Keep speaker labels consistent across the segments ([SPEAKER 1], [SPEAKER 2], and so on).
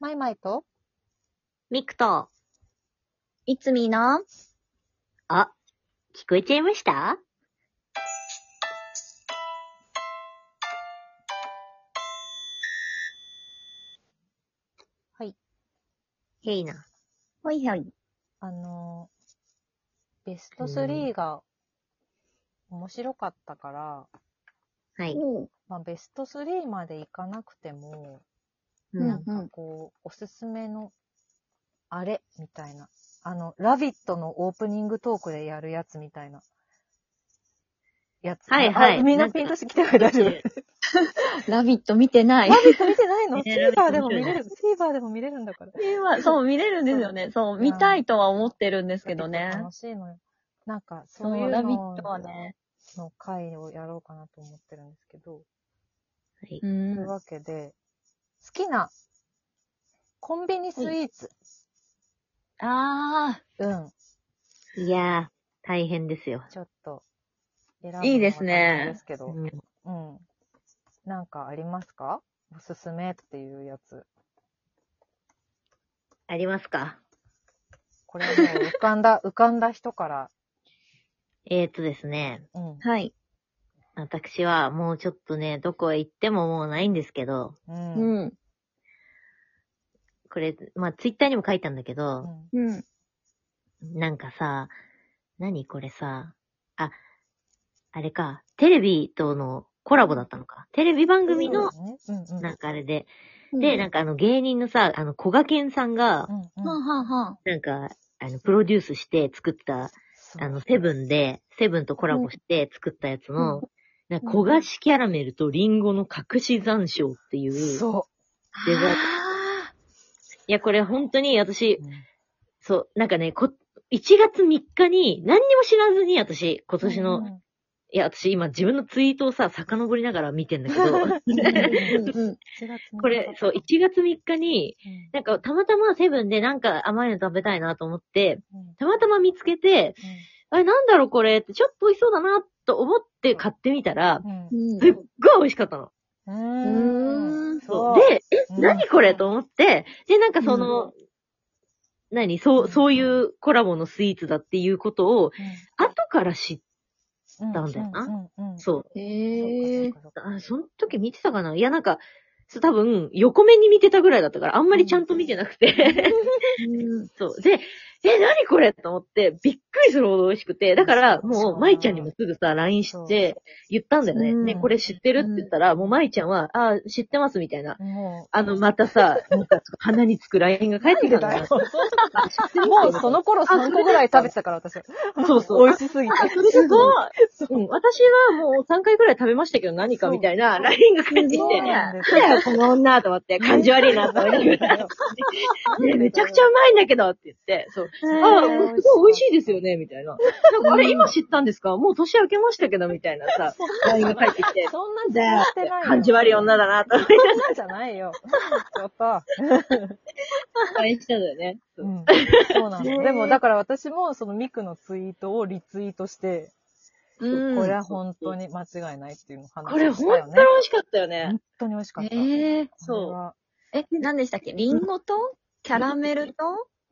[SPEAKER 1] マイマイと、
[SPEAKER 2] ミクと、いつみの、あ、聞こえちゃいました
[SPEAKER 1] はい。
[SPEAKER 2] へいな。ほいほい。
[SPEAKER 1] あのー、ベスト
[SPEAKER 2] うん
[SPEAKER 1] 3が面白かったから、
[SPEAKER 2] はい。
[SPEAKER 1] まあ、ベスト3までいかなくても、
[SPEAKER 2] う
[SPEAKER 1] なん
[SPEAKER 2] ん。
[SPEAKER 1] かこう、おすすめの、あれみたいな。あの、ラビットのオープニングトークでやるやつみたいな。やつ。
[SPEAKER 2] はいはい
[SPEAKER 1] あみんな
[SPEAKER 2] なんか
[SPEAKER 1] ピンとしてきてない大丈夫。
[SPEAKER 3] ラビット見てない
[SPEAKER 1] ラ。ビット見てないの
[SPEAKER 2] ねラビット
[SPEAKER 1] ?TVer でも見れる。TVer でも見れるんだから。
[SPEAKER 3] そう、見れるんですよね。そう、見たいとは思ってるんですけどね。
[SPEAKER 1] 楽しいのよ。なんか、
[SPEAKER 3] そ、
[SPEAKER 1] そういうう
[SPEAKER 3] ラ
[SPEAKER 1] の
[SPEAKER 3] ビットはね。
[SPEAKER 1] の回をやろうかなと思ってるんですけど、
[SPEAKER 3] う
[SPEAKER 1] と
[SPEAKER 3] ん
[SPEAKER 1] いうわけで、好きなコンビニスイーツ。
[SPEAKER 3] あ
[SPEAKER 1] うん。
[SPEAKER 2] いやー、大変ですよ。
[SPEAKER 1] ちょっと、選ぶのはい
[SPEAKER 3] いですね
[SPEAKER 1] 大変ですけど、
[SPEAKER 2] うん
[SPEAKER 1] うん。なんかありますかおすすめっていうやつ。
[SPEAKER 2] ありますか
[SPEAKER 1] これはもう浮かんだ、 浮かんだ人から、
[SPEAKER 2] えーとですね、
[SPEAKER 1] うん。
[SPEAKER 3] あ。はい。
[SPEAKER 2] 私はもうちょっとね、どこへ行ってももうないんですけど、
[SPEAKER 1] うん。うん。
[SPEAKER 3] うん。
[SPEAKER 2] これ、まあ、ツイッターにも書いたんだけど、
[SPEAKER 3] うん。
[SPEAKER 2] なんかさ、何これさ、あ、あれか、テレビとのコラボだったのか。テレビ番組の、
[SPEAKER 1] そうですね、うんうん。
[SPEAKER 2] なんかあれで、で、なんんかあの芸人のさ、あの、小賀健さんが
[SPEAKER 1] う、んうん
[SPEAKER 3] か、はあ、はあはあ、
[SPEAKER 2] なんか、あの、プロデュースして作った、あの、セブンで、セブンとコラボして作ったやつの、なんか焦がしキャラメルとリンゴの隠し山椒っていう。い
[SPEAKER 1] そ
[SPEAKER 2] デザート
[SPEAKER 3] あ
[SPEAKER 2] や、これ本当に
[SPEAKER 1] う
[SPEAKER 2] 私、
[SPEAKER 1] うん。
[SPEAKER 2] そう、なんかね、こ、1月3日に何にも知らずに私、今年の、
[SPEAKER 1] うん
[SPEAKER 2] いや、私今自分のツイートをさ、遡りながら見てんだけ ど、
[SPEAKER 3] ーうんうん
[SPEAKER 1] 1月
[SPEAKER 2] これ、そう、1月3日に、
[SPEAKER 1] うん
[SPEAKER 2] なんかたまたまセブンでなんか甘いの食べたいなと思って、
[SPEAKER 1] うんうん
[SPEAKER 2] たまたま見つけて、あれなんだろうこれってちょっと美味しそうだなと思って買ってみたら、
[SPEAKER 1] うん
[SPEAKER 3] うん
[SPEAKER 2] すっごい美味しかったの。
[SPEAKER 1] う
[SPEAKER 3] ーん
[SPEAKER 1] そう、
[SPEAKER 2] で、え、
[SPEAKER 1] うん
[SPEAKER 2] 何これと思って、で、なんかその、何そう、そういうコラボのスイーツだっていうことを、後から知っ
[SPEAKER 1] うん
[SPEAKER 2] たんだよな。
[SPEAKER 1] うんうんうん
[SPEAKER 2] そう。
[SPEAKER 3] へ
[SPEAKER 1] そ
[SPEAKER 3] え。
[SPEAKER 1] うかそうか
[SPEAKER 2] あ、その時見てたかないや、なんか、そう多分、横目に見てたぐらいだったから、あんまりちゃんと見てなくて。
[SPEAKER 3] うん。
[SPEAKER 2] そう。で、え、何これと思って、びっくりするほど美味しくて、だから、
[SPEAKER 1] そう
[SPEAKER 2] も
[SPEAKER 1] そう
[SPEAKER 2] う、舞ちゃんにもすぐさ、LINE して、言ったんだよね。
[SPEAKER 3] うん
[SPEAKER 2] ね、これ知ってるって言ったら、もう舞ちゃんは、あ、知ってますみたいな。
[SPEAKER 1] か。も
[SPEAKER 2] あの、またさ、なんか、鼻につく LINE が返って
[SPEAKER 1] う、
[SPEAKER 2] きたんだよ。あ知ってる
[SPEAKER 1] もうその頃3個ぐらい食べてたから、私は。
[SPEAKER 2] そうそう。
[SPEAKER 1] 美味しすぎて。
[SPEAKER 2] あ、それすごい。うん、私はもう3回くらい食べましたけど何かみたいな LINE が返ってき
[SPEAKER 1] そう
[SPEAKER 2] て、
[SPEAKER 1] なんですよ
[SPEAKER 2] だよ、この女と思って、感じ悪いなと思いながら、ねえめちゃくちゃうまいんだけどって言って、そう。あ、
[SPEAKER 1] ー
[SPEAKER 2] すごい美味しいですよね、みたいな。なんかあれ、今知ったんですかもう年明けましたけど、みたいなさ、LINE が返ってきて、
[SPEAKER 1] そんなんじ
[SPEAKER 2] だ
[SPEAKER 1] ゃ
[SPEAKER 2] よ
[SPEAKER 1] なってないよ。
[SPEAKER 2] 感じ悪い女だな、と思っ
[SPEAKER 1] そんなんじゃないよ。ちょっと。
[SPEAKER 2] て LINE したんだよね。そううん
[SPEAKER 1] そうなの。でも、だから私も、そのミクのツイートをリツイートして、
[SPEAKER 3] うん。
[SPEAKER 1] これは本当に間違いないっていうのを話
[SPEAKER 2] これ、
[SPEAKER 1] をし
[SPEAKER 2] 本
[SPEAKER 1] たよ
[SPEAKER 2] 当に
[SPEAKER 1] ね
[SPEAKER 2] 美。味しかったよね
[SPEAKER 1] 本。当に美味しかった。
[SPEAKER 3] ええ。
[SPEAKER 1] これは
[SPEAKER 3] え、何でしたっけリンゴとキャラメルと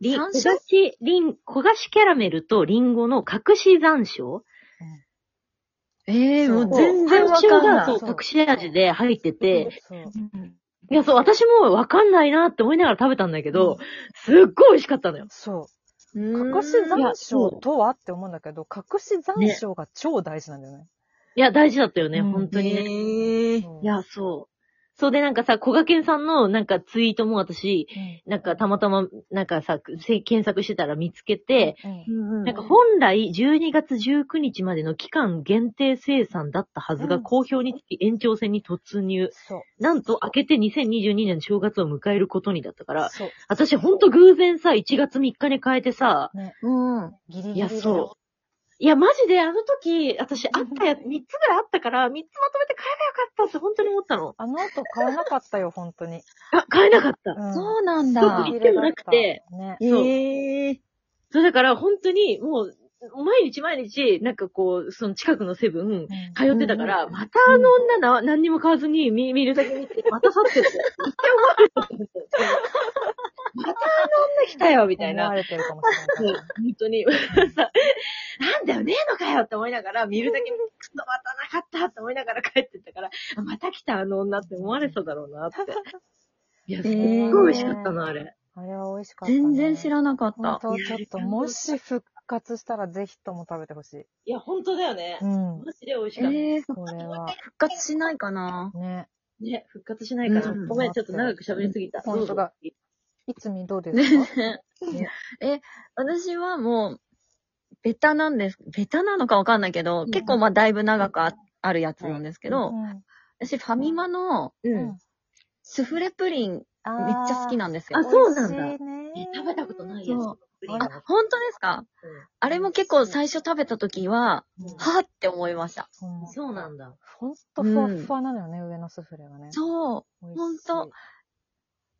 [SPEAKER 2] り、
[SPEAKER 3] 山椒
[SPEAKER 2] 焦がし、りん、焦がしキャラメルとリンゴの隠し山椒
[SPEAKER 3] ええ
[SPEAKER 1] もう
[SPEAKER 2] 全然わかんない。そう、
[SPEAKER 1] そう
[SPEAKER 2] 隠し味で入ってて、
[SPEAKER 1] そう。
[SPEAKER 2] いや、そう、私もわかんないなって思いながら食べたんだけど、すっごい美味しかったのよ。
[SPEAKER 1] そう。
[SPEAKER 3] 隠
[SPEAKER 1] 隠し山椒とはって思うんだけど、隠し山椒が超大事なんだよね。
[SPEAKER 2] いや、大事だったよね、
[SPEAKER 1] うん
[SPEAKER 2] 本当にね。
[SPEAKER 3] ええ。
[SPEAKER 1] そう
[SPEAKER 2] い、や、そう。そうで、なんかさ、小賀健さんの、なんかツイートも私、なんかたまたま、なんかさ、せ検索してたら見つけて、
[SPEAKER 1] うん、うん
[SPEAKER 2] な
[SPEAKER 3] な
[SPEAKER 2] んか本来12月19日までの期間限定生産だったは
[SPEAKER 1] う
[SPEAKER 2] ずが、
[SPEAKER 1] ん
[SPEAKER 2] 好評につき延長戦に突入。
[SPEAKER 1] そう。
[SPEAKER 2] なんと、明けて2022年正月を迎えることにだったから、
[SPEAKER 1] そう。
[SPEAKER 2] 私ほんと偶然さ、1月3日に変えてさ、
[SPEAKER 3] うん。
[SPEAKER 1] ギリギリ
[SPEAKER 2] い
[SPEAKER 1] だ
[SPEAKER 2] や、
[SPEAKER 1] よ。
[SPEAKER 2] そう。いや、マジであの時、私あったやつ、3つぐらいあったから、3つまとめて買えばよかったって本当に思ったの。
[SPEAKER 1] あの後買えなかったよ、本当に。
[SPEAKER 2] あ、買えなかった。
[SPEAKER 1] うん
[SPEAKER 3] そうなん
[SPEAKER 2] 特
[SPEAKER 3] だ
[SPEAKER 2] に。言ってもなくて。
[SPEAKER 1] ね。
[SPEAKER 2] そう
[SPEAKER 3] ええ。
[SPEAKER 2] そうだから本当にもう、毎日毎日、なんかこう、その近くのセブン、
[SPEAKER 1] うん
[SPEAKER 2] 通ってたから、またあの 女な、何にも買わずに見、見るだけ見て、また去ってって。かよみたい
[SPEAKER 1] 思
[SPEAKER 2] な
[SPEAKER 1] わ。れてるかもしれ
[SPEAKER 2] も
[SPEAKER 1] な
[SPEAKER 2] う
[SPEAKER 1] い。
[SPEAKER 2] 本当に、 さなんだよ、ねえのかよって思いながら、見るだけ、くっとまたなかったって思いながら帰ってったから、あまた来たあの女って思われそうだろうなって。いや、すっごい美味しかったな、あれ。
[SPEAKER 1] あれは美味しかった、ね。
[SPEAKER 3] 全然知らなかった。
[SPEAKER 1] 本当ちょっと、もし復活したらぜひとも食べてほしい。
[SPEAKER 2] いや、本当だよね
[SPEAKER 1] う。ん。
[SPEAKER 2] マジで美味し
[SPEAKER 3] え
[SPEAKER 2] かった。
[SPEAKER 3] ー、
[SPEAKER 1] こ
[SPEAKER 3] 復
[SPEAKER 1] れは、
[SPEAKER 3] 活しないかな
[SPEAKER 1] ね。
[SPEAKER 2] ね、復活しないかな。
[SPEAKER 3] うん
[SPEAKER 2] ごめん、ちょっと長く喋りすぎた。
[SPEAKER 1] うん本当だ
[SPEAKER 2] どうぞ。
[SPEAKER 1] いつみどうです
[SPEAKER 3] 全
[SPEAKER 1] か
[SPEAKER 3] 然。え、私はもう、ベタなんです。ベタなのかわかんないけど、
[SPEAKER 2] うん
[SPEAKER 3] 結構まあだいぶ長くああるやつなんですけど、
[SPEAKER 1] うん
[SPEAKER 3] 私ファミマの
[SPEAKER 2] う。
[SPEAKER 1] うん
[SPEAKER 3] スフレプリンめっちゃ好き
[SPEAKER 1] な
[SPEAKER 3] なんですよ
[SPEAKER 2] あ。そうなんだ
[SPEAKER 1] 美味しいね
[SPEAKER 2] ね食べたことないやつ
[SPEAKER 3] そう。
[SPEAKER 2] プリン
[SPEAKER 1] あ
[SPEAKER 2] の
[SPEAKER 3] 本当ですかあれも結構最初食べた時は、
[SPEAKER 2] うん
[SPEAKER 3] はぁって思いました。
[SPEAKER 1] うん
[SPEAKER 2] そうなんだ。
[SPEAKER 1] ほんとふわっふわなのよね、上のスフレがね。
[SPEAKER 3] そう。
[SPEAKER 1] 美味しい
[SPEAKER 3] ほんと。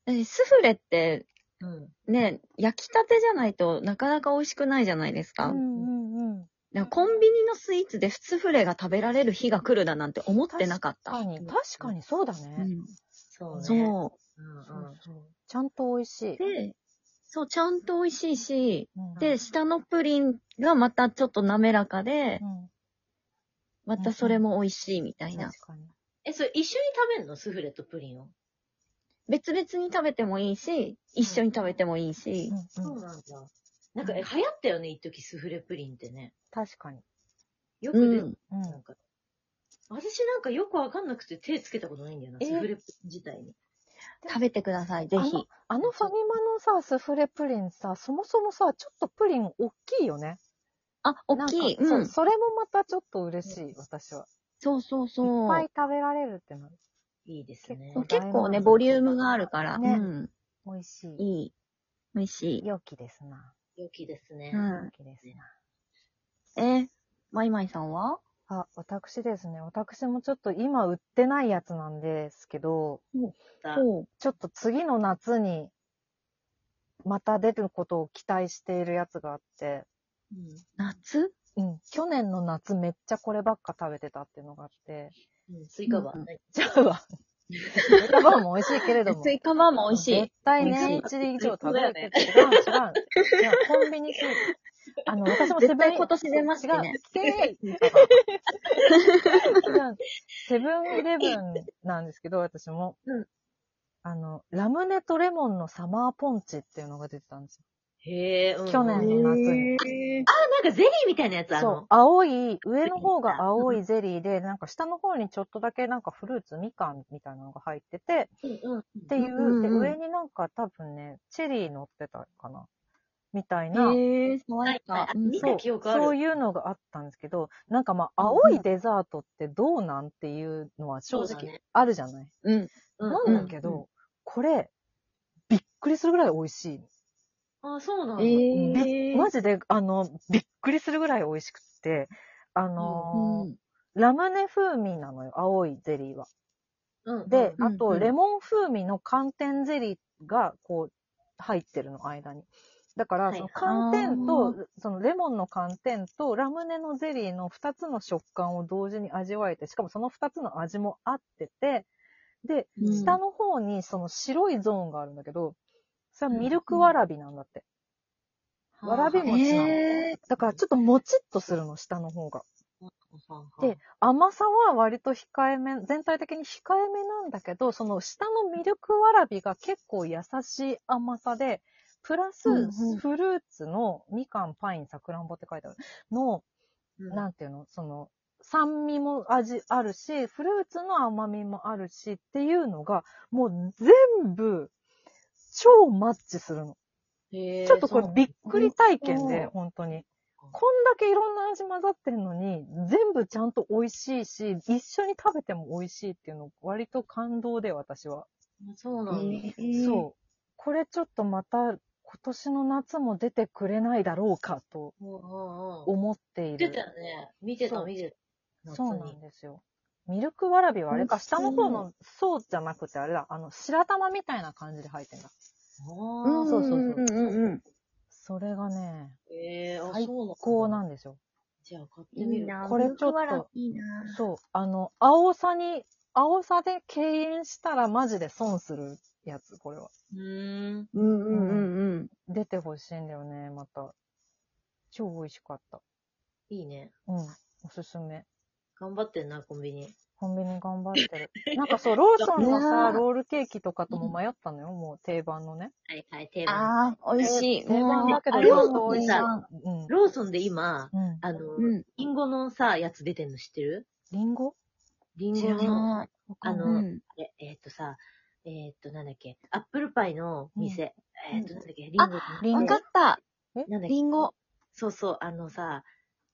[SPEAKER 3] えスフレって
[SPEAKER 2] うん。
[SPEAKER 3] ね、焼きたてじゃないとなかなか美味しくないじゃないです
[SPEAKER 1] う
[SPEAKER 3] か。
[SPEAKER 1] んうんうん。
[SPEAKER 3] なんかコンビニのスイーツでスフレが食べられる日が来るだなんて思ってなかった。
[SPEAKER 1] 確かに、確かにそうだ
[SPEAKER 3] う
[SPEAKER 1] ね。
[SPEAKER 3] ん、
[SPEAKER 2] そうね。
[SPEAKER 3] そう。
[SPEAKER 2] うんうん。
[SPEAKER 1] そうそう。ちゃんと美味しい。
[SPEAKER 3] で、そう、ちゃんと美味しいし、
[SPEAKER 1] うん
[SPEAKER 3] で、下のプリンがまたちょっと滑らかで、またそれも美味しいみた
[SPEAKER 1] う
[SPEAKER 3] い
[SPEAKER 1] ん、
[SPEAKER 3] な。
[SPEAKER 1] 確かに。
[SPEAKER 2] え、それ一緒に食べんのスフレとプリンを。
[SPEAKER 3] 別々に食べてもいいし、一緒に食べてもいいし、
[SPEAKER 1] うん
[SPEAKER 2] そう
[SPEAKER 1] うん
[SPEAKER 2] なんだ。なんか、え、流行ったよね、一時スフレプリンってね。
[SPEAKER 1] 確かに。
[SPEAKER 2] よく
[SPEAKER 3] う
[SPEAKER 2] 出て
[SPEAKER 3] ん。
[SPEAKER 1] うん
[SPEAKER 2] なんか、私なんかよくわかんなくて手つけたことないんだよな、
[SPEAKER 1] え
[SPEAKER 2] スフレプリン自体に。
[SPEAKER 3] 食べてください、ぜひ。
[SPEAKER 1] あのファミマのさ、スフレプリンさ、そもそもさ、ちょっとプリン大きいよね。
[SPEAKER 3] あ、大きい。
[SPEAKER 1] なんか
[SPEAKER 3] うん。
[SPEAKER 1] そうそれもまたちょっと嬉しい、私は。
[SPEAKER 3] そうそう
[SPEAKER 1] いっ
[SPEAKER 3] そ
[SPEAKER 1] ぱ
[SPEAKER 3] う
[SPEAKER 1] い。食べられるってなる。
[SPEAKER 2] いいですね
[SPEAKER 1] ぱ。い
[SPEAKER 3] 結構ね、ボリュームがあるから、
[SPEAKER 1] ね
[SPEAKER 3] うん。
[SPEAKER 1] 美味しい。
[SPEAKER 3] いい。美味しい。
[SPEAKER 1] 良きですな。
[SPEAKER 2] 良きですね。
[SPEAKER 3] うん
[SPEAKER 1] 良きですな。
[SPEAKER 3] えー、マイマイさんは
[SPEAKER 1] あ、私ですね。私もちょっと今売ってないやつなんですけど、
[SPEAKER 2] だ
[SPEAKER 3] そう。
[SPEAKER 1] ちょっと次の夏に、また出ることを期待しているやつがあって、
[SPEAKER 2] うん
[SPEAKER 3] 夏
[SPEAKER 1] うん、去年の夏めっちゃこればっか食べてたっていうのがあ って、
[SPEAKER 2] うん、スイカは
[SPEAKER 3] うん
[SPEAKER 2] 何
[SPEAKER 1] ちゃうわ。スイカバーも美味しいけれども。
[SPEAKER 3] スイカバーも美味しい
[SPEAKER 1] 絶。対
[SPEAKER 3] 美
[SPEAKER 1] 年
[SPEAKER 3] 味
[SPEAKER 1] 一で以上食べるけど、
[SPEAKER 2] そ
[SPEAKER 1] 違う違う。いや、コンビニスイカ。あの、私もセブ
[SPEAKER 3] 絶
[SPEAKER 1] ン
[SPEAKER 3] 対今年出ますね。
[SPEAKER 1] 違う違う違うセブンイレブンなんですけど、私も。
[SPEAKER 2] うん
[SPEAKER 1] あの、ラムネとレモンのサマーポンチっていうのが出てたんです
[SPEAKER 2] へえ、うん
[SPEAKER 1] 去年の夏に
[SPEAKER 2] へーあ、なんかゼリーみたいなやつ
[SPEAKER 1] よ。
[SPEAKER 2] あ
[SPEAKER 1] そう
[SPEAKER 2] の。。
[SPEAKER 1] 青い、上の方が青いゼリーで、なんか下の方にちょっとだけなんかフルーツ、みかんみたいなのが入ってて、
[SPEAKER 2] うんうん。
[SPEAKER 1] っていう、
[SPEAKER 3] うんうん
[SPEAKER 1] で、
[SPEAKER 3] うん
[SPEAKER 1] 上になんか多分ね、チェリー乗ってたかなみたいな、
[SPEAKER 3] へえー、爽や
[SPEAKER 2] はい
[SPEAKER 3] か
[SPEAKER 2] は。い
[SPEAKER 3] うん
[SPEAKER 2] 見
[SPEAKER 1] そ
[SPEAKER 2] た
[SPEAKER 1] う
[SPEAKER 2] 記憶ある
[SPEAKER 1] そういうのがあったんですけど、なんかまあ、青いデザートってどうなんっていうのは正
[SPEAKER 2] そうだ
[SPEAKER 1] 直
[SPEAKER 2] ね
[SPEAKER 1] あるじゃない、
[SPEAKER 3] うん。
[SPEAKER 2] うん
[SPEAKER 1] なんだけど、
[SPEAKER 3] うんう
[SPEAKER 1] これ、びっくりするぐらい美味しい。
[SPEAKER 2] あ、そうなんだ。
[SPEAKER 3] ええー。
[SPEAKER 1] マジで、あの、びっくりするぐらい美味しくって、あのー
[SPEAKER 3] うん
[SPEAKER 1] ラムネ風味なのよ、青いゼリーは。
[SPEAKER 2] うん
[SPEAKER 1] で、
[SPEAKER 3] うん
[SPEAKER 1] あ
[SPEAKER 3] うんう
[SPEAKER 1] と、
[SPEAKER 3] ん
[SPEAKER 1] レモン風味の寒天ゼリーが、こう、入ってるの、間に。だから、
[SPEAKER 2] はい
[SPEAKER 1] その寒天と、
[SPEAKER 3] あ
[SPEAKER 1] そのレモンの寒天と、ラムネのゼリーの2つの食感を同時に味わえて、しかもその2つの味も合ってて、で、
[SPEAKER 2] うん
[SPEAKER 1] 下の方にその白いゾーンがあるんだけど、それはミルク
[SPEAKER 3] うん
[SPEAKER 1] わらびなんだって。わらび
[SPEAKER 2] は
[SPEAKER 1] 餅なの。
[SPEAKER 3] へ
[SPEAKER 1] だから、ちょっともちっとするの、下の方が。
[SPEAKER 2] あはあ
[SPEAKER 1] で、甘さは割と控えめ、全体的に控えめなんだけど、その下のミルクわらびが結構優しい甘さで、プラス
[SPEAKER 3] うんうん
[SPEAKER 1] フルーツのみかん、パイン、さくらんぼって書いてあるの、
[SPEAKER 2] うん
[SPEAKER 1] なんていうの、その、酸味も味あるし、フルーツの甘みもあるしっていうのが、もう全部、超マッチするの。
[SPEAKER 2] へー
[SPEAKER 1] ちょっとこれびっくり体験
[SPEAKER 3] う
[SPEAKER 1] で
[SPEAKER 3] ん、
[SPEAKER 1] 本当に。こんだけいろんな味混ざってるのに、全部ちゃんと美味しいし、一緒に食べても美味しいっていうの、割と感動で私は。
[SPEAKER 2] そう
[SPEAKER 3] え
[SPEAKER 2] なんだ。
[SPEAKER 3] ー。
[SPEAKER 1] そう。これちょっとまた今年の夏も出てくれないだろうかと
[SPEAKER 2] うんうんうん
[SPEAKER 1] 思ってい
[SPEAKER 2] 見てた
[SPEAKER 1] る。
[SPEAKER 2] よね。見て
[SPEAKER 1] そ
[SPEAKER 2] た、
[SPEAKER 1] う
[SPEAKER 2] 見てた。
[SPEAKER 1] そうな
[SPEAKER 2] 夏に
[SPEAKER 1] んですよ。ミルクわらびはあれか、
[SPEAKER 3] 美味しい
[SPEAKER 1] 下の方の層じゃなくてあれだ、あの、白玉みたいな感じで入ってんだ。
[SPEAKER 2] あ
[SPEAKER 3] うん
[SPEAKER 2] ー
[SPEAKER 1] そうそうそう
[SPEAKER 3] うんうんうん。
[SPEAKER 1] それがね、
[SPEAKER 2] えー、あ
[SPEAKER 1] 最
[SPEAKER 2] そうなんだ
[SPEAKER 1] こうなんですよ。
[SPEAKER 2] じゃあ買って
[SPEAKER 3] い
[SPEAKER 2] み
[SPEAKER 3] い
[SPEAKER 2] る。
[SPEAKER 3] な
[SPEAKER 1] これちょっと
[SPEAKER 3] ミルクわらびいいな
[SPEAKER 1] そう。あの、青さに、青さで敬遠したらマジで損するやつ、これは。
[SPEAKER 2] うーん。
[SPEAKER 3] うんうんうんうん。
[SPEAKER 1] 出てほしいんだよね、また。超美味しかった。
[SPEAKER 2] いいね。
[SPEAKER 1] うん。おすすめ。
[SPEAKER 2] 頑張ってんな、コンビニ。
[SPEAKER 1] コンビニ頑張って る。なんかそう、ローソンの
[SPEAKER 3] いや
[SPEAKER 1] さ、
[SPEAKER 3] ー
[SPEAKER 1] ロールケーキとかとも迷ったのよ、もう定番のね。
[SPEAKER 2] はいはい、定番。
[SPEAKER 3] ああ、美味しい。
[SPEAKER 1] 定番だけど、
[SPEAKER 3] あ
[SPEAKER 1] ち
[SPEAKER 3] れ
[SPEAKER 1] ょ
[SPEAKER 3] は
[SPEAKER 1] っと美味しい。
[SPEAKER 3] さ
[SPEAKER 1] うん。
[SPEAKER 2] ローソンで今、
[SPEAKER 1] うん。
[SPEAKER 2] あの、
[SPEAKER 3] うん。
[SPEAKER 2] リンゴのさ、やつ出てんの知ってる
[SPEAKER 1] リンゴ
[SPEAKER 2] リン
[SPEAKER 3] 知
[SPEAKER 2] ゴ
[SPEAKER 3] ら
[SPEAKER 2] の、
[SPEAKER 3] ない。
[SPEAKER 2] あ
[SPEAKER 1] あ
[SPEAKER 2] の
[SPEAKER 1] の、
[SPEAKER 3] うん。
[SPEAKER 2] ええーっとさ、えーっと、なんだっけ、アップルパイの店。
[SPEAKER 1] うん
[SPEAKER 2] えーっと、なんだっけ、リンゴの
[SPEAKER 1] リン
[SPEAKER 3] わ
[SPEAKER 1] ゴ
[SPEAKER 3] かった。
[SPEAKER 2] なんだっけ
[SPEAKER 3] リンゴ。
[SPEAKER 2] そうそう、あのさ、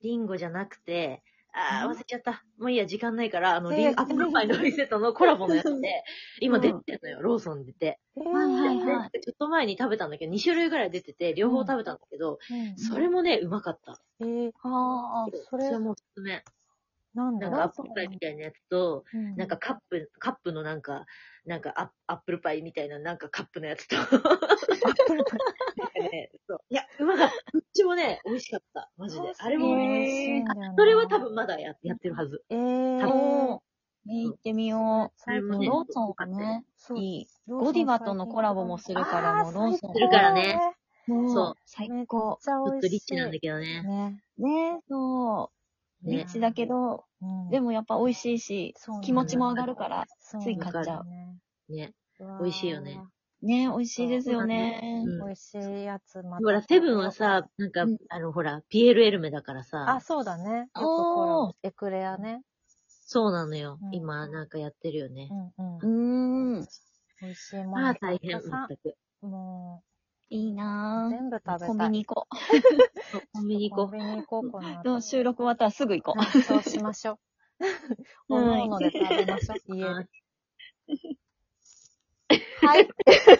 [SPEAKER 2] リンゴじゃなくて、あ
[SPEAKER 1] う
[SPEAKER 2] ー、
[SPEAKER 1] ん
[SPEAKER 2] 忘れちゃった。もういいや、時間ないから、あの、リ
[SPEAKER 1] え
[SPEAKER 2] ン
[SPEAKER 1] ー
[SPEAKER 2] アップルパイの店とのコラボのやつで、今出てんのよ、ローソンで出て。
[SPEAKER 1] え
[SPEAKER 3] はいはい
[SPEAKER 1] ー
[SPEAKER 3] はい
[SPEAKER 2] でちょっと前に食べたんだけど、2種類ぐらい出てて、両方食べたんだけど、
[SPEAKER 1] うん
[SPEAKER 2] それもね、うまかった。
[SPEAKER 1] えー、
[SPEAKER 3] ああ。
[SPEAKER 1] それ
[SPEAKER 2] はもうおすすめ。
[SPEAKER 1] なんだ
[SPEAKER 2] なんかアップルパイみたいなやつと、
[SPEAKER 1] うん
[SPEAKER 2] なんかカップ、カップのなんか、なんかアアップルパイみたいななんかカップのやつと。
[SPEAKER 1] アップルパイ
[SPEAKER 2] ねそういや、うまかった。どっちもね、美味しかった。マジで。あれも
[SPEAKER 1] 美
[SPEAKER 2] ね、
[SPEAKER 1] 味しいんだよな
[SPEAKER 2] それは多分まだややってるはず。
[SPEAKER 1] えー、
[SPEAKER 3] おー。えー、行ってみよ
[SPEAKER 1] 最
[SPEAKER 2] それ
[SPEAKER 3] う。
[SPEAKER 2] もね
[SPEAKER 3] ローソンがね、
[SPEAKER 1] そう
[SPEAKER 3] いい。
[SPEAKER 1] ローソン
[SPEAKER 3] ゴディバとのコラボもするから、
[SPEAKER 1] あ
[SPEAKER 3] も
[SPEAKER 1] ー
[SPEAKER 3] うローソン。
[SPEAKER 2] するからね。
[SPEAKER 3] そ。
[SPEAKER 2] そう
[SPEAKER 3] 最
[SPEAKER 1] めっ
[SPEAKER 3] 高。
[SPEAKER 1] ちゃ
[SPEAKER 2] ちょっ
[SPEAKER 1] 美
[SPEAKER 2] と
[SPEAKER 1] 味
[SPEAKER 2] リッ
[SPEAKER 1] しい。
[SPEAKER 2] チなんだけどね。
[SPEAKER 1] ね。
[SPEAKER 3] ねえ、そう。
[SPEAKER 2] ね
[SPEAKER 3] リッチだけど、
[SPEAKER 1] うん
[SPEAKER 3] で、もやっぱ美味しいし、気持ちも上がるから、つい買
[SPEAKER 2] っちゃ
[SPEAKER 3] う
[SPEAKER 2] ね。
[SPEAKER 1] う
[SPEAKER 2] 美味しいよね。
[SPEAKER 3] ねえ、美味しいですよね。
[SPEAKER 2] そうだね
[SPEAKER 1] 美味しいやつ、また
[SPEAKER 2] ほら、セブンは、さ、なんか、
[SPEAKER 3] うん
[SPEAKER 2] あの、ほら、ピエール・エルメだからさ
[SPEAKER 1] あ、、そうだね。よくコラ
[SPEAKER 3] おー
[SPEAKER 1] ボ。エクレアね。
[SPEAKER 2] そうなのよ。
[SPEAKER 1] うん
[SPEAKER 2] 今、なんかやってるよね
[SPEAKER 1] う。ん
[SPEAKER 3] う
[SPEAKER 1] うん。
[SPEAKER 3] ーん。
[SPEAKER 1] 美味しいもん。
[SPEAKER 2] まあ、大変、
[SPEAKER 1] たくさ
[SPEAKER 2] 全
[SPEAKER 1] ん
[SPEAKER 2] く。
[SPEAKER 1] も、
[SPEAKER 3] いいうな
[SPEAKER 1] 全部食べた
[SPEAKER 3] ぁ。
[SPEAKER 1] い。
[SPEAKER 3] コンビニ行こう。
[SPEAKER 2] そうコンビニ行こ
[SPEAKER 1] コンビニ行こうかな。
[SPEAKER 3] どう 収録終わったらすぐ行こ
[SPEAKER 1] うんそう しましょう。
[SPEAKER 3] うん
[SPEAKER 1] おのおので食べましょう。
[SPEAKER 2] う。
[SPEAKER 1] 家で
[SPEAKER 2] あ。
[SPEAKER 1] はい。